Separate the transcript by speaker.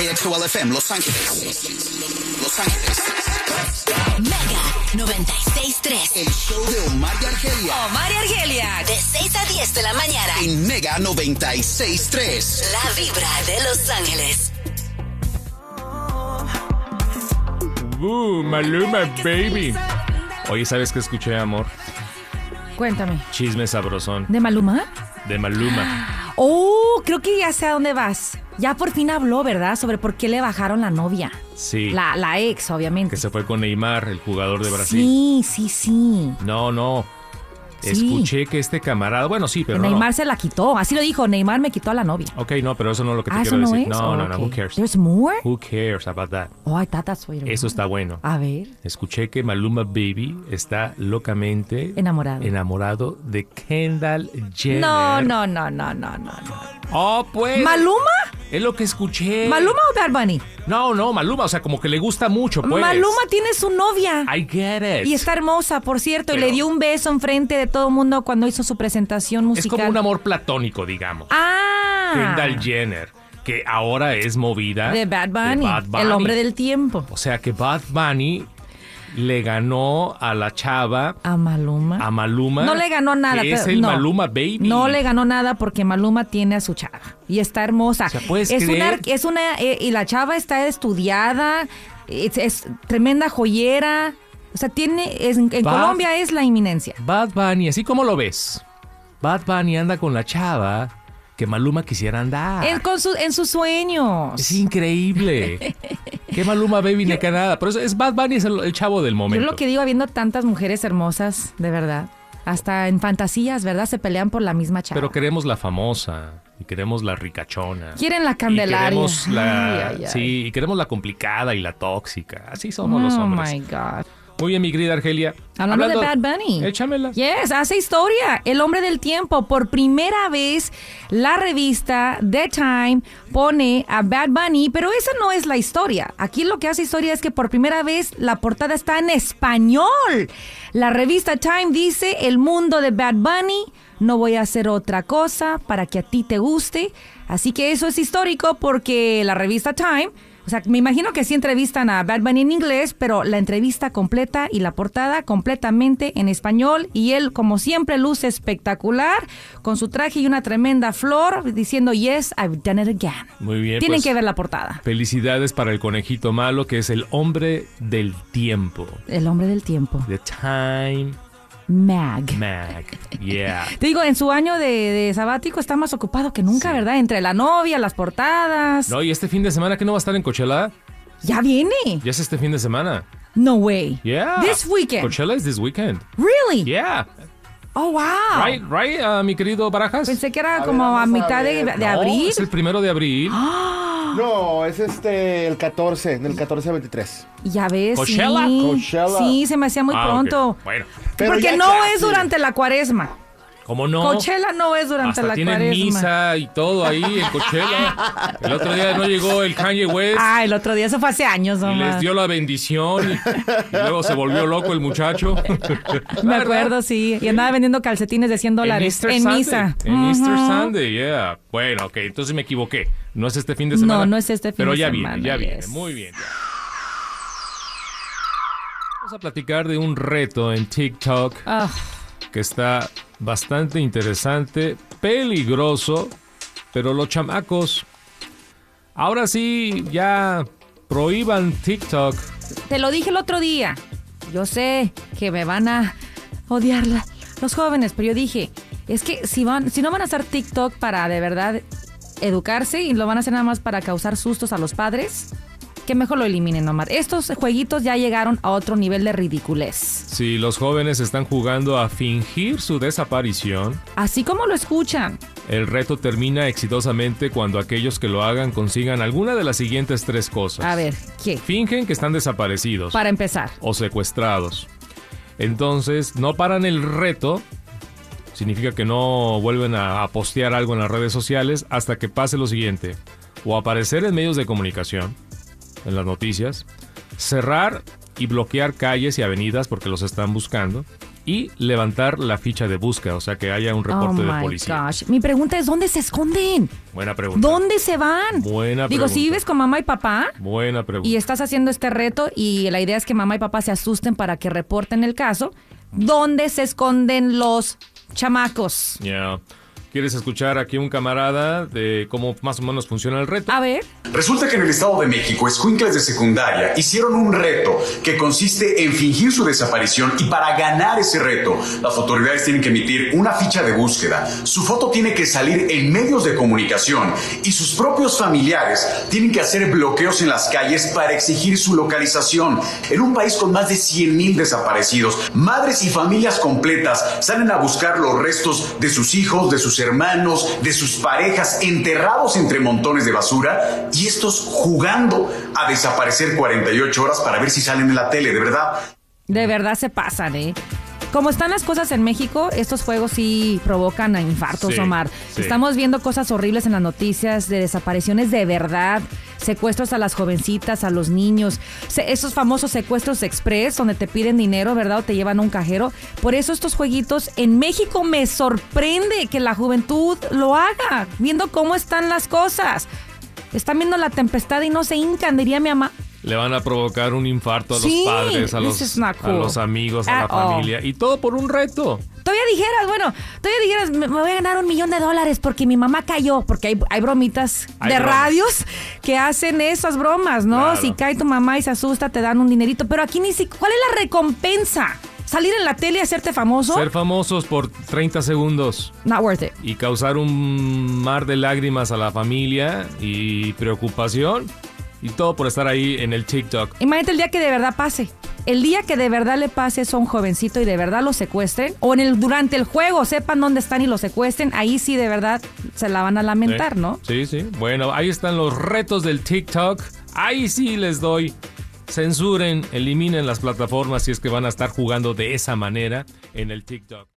Speaker 1: KXOLFM Los Ángeles. Los Ángeles.
Speaker 2: Mega 96.3.
Speaker 1: El show de Omar y Argelia
Speaker 2: Omar y Argelia, de 6 a 10 de la mañana.
Speaker 1: en Mega 96.3.
Speaker 2: La vibra de Los Ángeles.
Speaker 3: Ooh, Maluma Baby. Oye, ¿sabes qué escuché, amor?
Speaker 4: Cuéntame.
Speaker 3: Chisme sabrosón
Speaker 4: ¿De Maluma?
Speaker 3: de Maluma.
Speaker 4: Oh, creo que ya sé a dónde vas. Ya por fin habló, ¿verdad? Sobre por qué le bajaron la novia.
Speaker 3: Sí.
Speaker 4: La, la ex, obviamente.
Speaker 3: Que se fue con Neymar, el jugador de Brasil.
Speaker 4: sí, sí, sí.
Speaker 3: No, no.
Speaker 4: Sí.
Speaker 3: Escuché que este camarada, bueno, sí, pero no, no.
Speaker 4: Neymar se la quitó. Así lo dijo, Neymar me quitó a la novia.
Speaker 3: Ok, no, pero eso no es lo que te
Speaker 4: ah, eso
Speaker 3: quiero
Speaker 4: no
Speaker 3: decir.
Speaker 4: es.
Speaker 3: No,
Speaker 4: Oh,
Speaker 3: no, no,
Speaker 4: ok.
Speaker 3: who cares?
Speaker 4: There's more.
Speaker 3: Who cares about that?
Speaker 4: Oh, I thought that's what it was.
Speaker 3: Eso está bueno.
Speaker 4: A ver.
Speaker 3: Escuché que Maluma Baby está locamente
Speaker 4: Enamorado.
Speaker 3: enamorado de Kendall Jenner.
Speaker 4: No, no, no, no, no, no. no.
Speaker 3: Oh, pues.
Speaker 4: ¿Maluma?
Speaker 3: Es lo que escuché.
Speaker 4: ¿Maluma o Bad Bunny?
Speaker 3: No, no, Maluma, o sea, como que le gusta mucho, pues.
Speaker 4: Maluma tiene su novia.
Speaker 3: I get it.
Speaker 4: Y está hermosa, por cierto. Y
Speaker 3: Pero-
Speaker 4: le dio un beso enfrente de todo el mundo cuando hizo su presentación
Speaker 3: es
Speaker 4: musical.
Speaker 3: como un amor platónico, digamos.
Speaker 4: Ah.
Speaker 3: Kendall Jenner, que ahora es movida.
Speaker 4: De Bad Bunny,
Speaker 3: Bad Bunny.
Speaker 4: el hombre del tiempo.
Speaker 3: O sea que Bad Bunny le ganó a la chava,
Speaker 4: A Maluma.
Speaker 3: a Maluma.
Speaker 4: no le ganó nada.
Speaker 3: que es
Speaker 4: pero-
Speaker 3: el
Speaker 4: no.
Speaker 3: Maluma Baby.
Speaker 4: No le ganó nada porque Maluma tiene a su chava. Y está hermosa.
Speaker 3: sea, ¿puedes
Speaker 4: es, una,
Speaker 3: creer?
Speaker 4: es una. eh, y la chava está estudiada. Es, es tremenda joyera. O sea, tiene. es- en
Speaker 3: Bad-
Speaker 4: Colombia es la inminencia.
Speaker 3: Bad Bunny, así como lo ves. Bad Bunny anda con la chava que Maluma quisiera andar.
Speaker 4: En, con su- en sus sueños.
Speaker 3: Es increíble. Qué Maluma Baby ni que nada. Pero es- es Bad Bunny es el, el chavo del
Speaker 4: Yo
Speaker 3: momento.
Speaker 4: lo que digo, habiendo tantas mujeres hermosas, de verdad. Hasta en fantasías, ¿verdad? Se pelean por la misma chava.
Speaker 3: Pero queremos la famosa y queremos la ricachona.
Speaker 4: Quieren la Candelaria.
Speaker 3: Y queremos la,
Speaker 4: Ay, ay, ay.
Speaker 3: Sí, y queremos la complicada y la tóxica. Así somos los
Speaker 4: oh
Speaker 3: hombres.
Speaker 4: my God.
Speaker 3: Muy bien, mi querida Argelia.
Speaker 4: Hablando, de Bad Bunny.
Speaker 3: Échamela.
Speaker 4: Yes, hace historia. El hombre del tiempo. Por primera vez, la revista The Time pone a Bad Bunny, pero esa no es la historia. Aquí lo que hace historia es que por primera vez la portada está en español. La revista Time dice: El mundo de Bad Bunny. No voy a hacer otra cosa para que a ti te guste. Así que eso es histórico porque la revista Time o sea, me imagino que sí entrevistan a Bad Bunny en inglés, pero la entrevista completa y la portada completamente en español. Y él, como siempre, luce espectacular con su traje y una tremenda flor diciendo, Yes, I've done it again.
Speaker 3: Muy bien,
Speaker 4: Tienen
Speaker 3: pues.
Speaker 4: que ver la portada.
Speaker 3: Felicidades para el conejito malo, que es el hombre del tiempo.
Speaker 4: El hombre del tiempo,
Speaker 3: The Time
Speaker 4: Mag.
Speaker 3: Mag. Yeah.
Speaker 4: Te digo, en su año de, de sabático está más ocupado que nunca, ¿verdad? Entre la novia, las portadas.
Speaker 3: No, y este fin de semana que no va a estar en Coachella,
Speaker 4: Ya viene.
Speaker 3: ya es este fin de semana.
Speaker 4: No way.
Speaker 3: Yeah.
Speaker 4: This weekend.
Speaker 3: Coachella is this weekend.
Speaker 4: Really?
Speaker 3: Yeah.
Speaker 4: Oh, wow.
Speaker 3: Right, right, ah, mi querido Barajas.
Speaker 4: Pensé que era como a, mitad de, Pues, de
Speaker 3: No,
Speaker 4: abril.
Speaker 3: Es el primero de abril.
Speaker 5: No, es este el 14, del 14 al 23.
Speaker 4: Ya ves,
Speaker 3: Coachella.
Speaker 4: sí.
Speaker 5: Coachella.
Speaker 4: Sí, se me hacía muy
Speaker 3: Ah, ok.
Speaker 4: pronto.
Speaker 3: Bueno,
Speaker 5: Pero
Speaker 4: Porque
Speaker 5: ya
Speaker 4: no
Speaker 5: casi.
Speaker 4: es durante la cuaresma.
Speaker 3: como no.
Speaker 4: Coachella no es durante
Speaker 3: Hasta
Speaker 4: la
Speaker 3: tienen
Speaker 4: cuaresma.
Speaker 3: misa y todo ahí en Coachella. El otro día no llegó el Kanye West
Speaker 4: Ah, el otro día, eso fue hace años
Speaker 3: y les
Speaker 4: nomás.
Speaker 3: dio la bendición y, y luego se volvió loco el muchacho.
Speaker 4: Me acuerdo, sí. Y andaba vendiendo calcetines de 100
Speaker 3: En
Speaker 4: dólares
Speaker 3: Easter
Speaker 4: en,
Speaker 3: Sunday.
Speaker 4: misa.
Speaker 3: En
Speaker 4: Ujú.
Speaker 3: Easter Sunday, yeah. Bueno, ok, entonces me equivoqué. No es este fin de
Speaker 4: No,
Speaker 3: semana.
Speaker 4: no es este fin
Speaker 3: Pero
Speaker 4: de
Speaker 3: ya
Speaker 4: semana,
Speaker 3: viene, ya viene.
Speaker 4: yes.
Speaker 3: Muy bien. ya. Vamos a platicar de un reto en TikTok
Speaker 4: Ah,
Speaker 3: que está bastante interesante, peligroso, pero los chamacos. Ahora sí, ya prohíban TikTok.
Speaker 4: te lo dije el otro día. Yo sé que me van a odiarla. Los jóvenes, pero yo dije, es que si van, si no van a hacer TikTok para de verdad educarse y lo van a hacer nada más para causar sustos a los padres, que mejor lo eliminen nomás. Estos jueguitos ya llegaron a otro nivel de ridiculez.
Speaker 3: Si los jóvenes están jugando a fingir su desaparición,
Speaker 4: Así como lo escuchan.
Speaker 3: el reto termina exitosamente cuando aquellos que lo hagan consigan alguna de las siguientes tres cosas.
Speaker 4: A ver, ¿qué?
Speaker 3: Fingen que están desaparecidos
Speaker 4: Para empezar.
Speaker 3: o secuestrados. Entonces, no paran el reto. Significa que no vuelven a, a postear algo en las redes sociales hasta que pase lo siguiente. O aparecer en medios de comunicación, en las noticias. Cerrar y bloquear calles y avenidas porque los están buscando. Y levantar la ficha de búsqueda, o sea que haya un reporte
Speaker 4: oh
Speaker 3: de
Speaker 4: my
Speaker 3: policía.
Speaker 4: gosh. Mi pregunta es, ¿dónde se esconden?
Speaker 3: Buena pregunta.
Speaker 4: ¿Dónde se van?
Speaker 3: Buena
Speaker 4: Digo, si
Speaker 3: pregunta.
Speaker 4: vives con mamá y papá
Speaker 3: Buena pregunta.
Speaker 4: y estás haciendo este reto y la idea es que mamá y papá se asusten para que reporten el caso, ¿dónde se esconden los chamacos?
Speaker 3: Ya. ¿Quieres escuchar aquí un camarada de cómo más o menos funciona el reto?
Speaker 4: A ver,
Speaker 6: Resulta que en el Estado de México, escuincles de secundaria hicieron un reto que consiste en fingir su desaparición y para ganar ese reto, las autoridades tienen que emitir una ficha de búsqueda. Su foto tiene que salir en medios de comunicación y sus propios familiares tienen que hacer bloqueos en las calles para exigir su localización. En un país con más de 100.000 desaparecidos, madres y familias completas salen a buscar los restos de sus hijos, de sus hermanos, de sus parejas enterrados entre montones de basura y estos jugando a desaparecer 48 horas para ver si salen en la tele, de verdad.
Speaker 4: de verdad se pasan, ¿eh? Como están las cosas en México, estos juegos sí provocan a infartos,
Speaker 3: Sí,
Speaker 4: Omar.
Speaker 3: sí.
Speaker 4: Estamos viendo cosas horribles en las noticias de desapariciones de verdad, secuestros a las jovencitas, a los niños, se- esos famosos secuestros express donde te piden dinero, ¿verdad? O te llevan a un cajero. Por eso estos jueguitos en México me sorprende que la juventud lo haga, viendo cómo están las cosas. Están viendo la tempestad y no se hincan, diría mi mamá.
Speaker 3: Le van a provocar un infarto a los
Speaker 4: Sí,
Speaker 3: padres, a
Speaker 4: this
Speaker 3: los,
Speaker 4: is not
Speaker 3: a
Speaker 4: cool.
Speaker 3: los amigos, a la
Speaker 4: At all.
Speaker 3: familia. Y todo por un reto.
Speaker 4: Todavía dijeras, bueno, todavía dijeras, me, me voy a ganar un millón de dólares porque mi mamá cayó, porque hay, hay bromitas
Speaker 3: Hay
Speaker 4: de
Speaker 3: bromas.
Speaker 4: radios que hacen esas bromas, ¿no?
Speaker 3: Claro.
Speaker 4: Si cae tu mamá y se asusta, te dan un dinerito, pero aquí ni si, ¿cuál es la recompensa? ¿Salir en la tele y hacerte famoso?
Speaker 3: Ser famosos por 30 segundos
Speaker 4: Not worth it.
Speaker 3: y causar un mar de lágrimas a la familia y preocupación. Y todo por estar ahí en el TikTok.
Speaker 4: Imagínate el día que de verdad pase. El día que de verdad le pase eso a un jovencito y de verdad lo secuestren, o en el durante el juego sepan dónde están y lo secuestren, ahí sí de verdad se la van a lamentar,
Speaker 3: Sí.
Speaker 4: ¿no?
Speaker 3: ¿Eh? Sí, sí. Bueno, ahí están los retos del TikTok. Ahí sí les doy. Censuren, eliminen las plataformas si es que van a estar jugando de esa manera en el TikTok.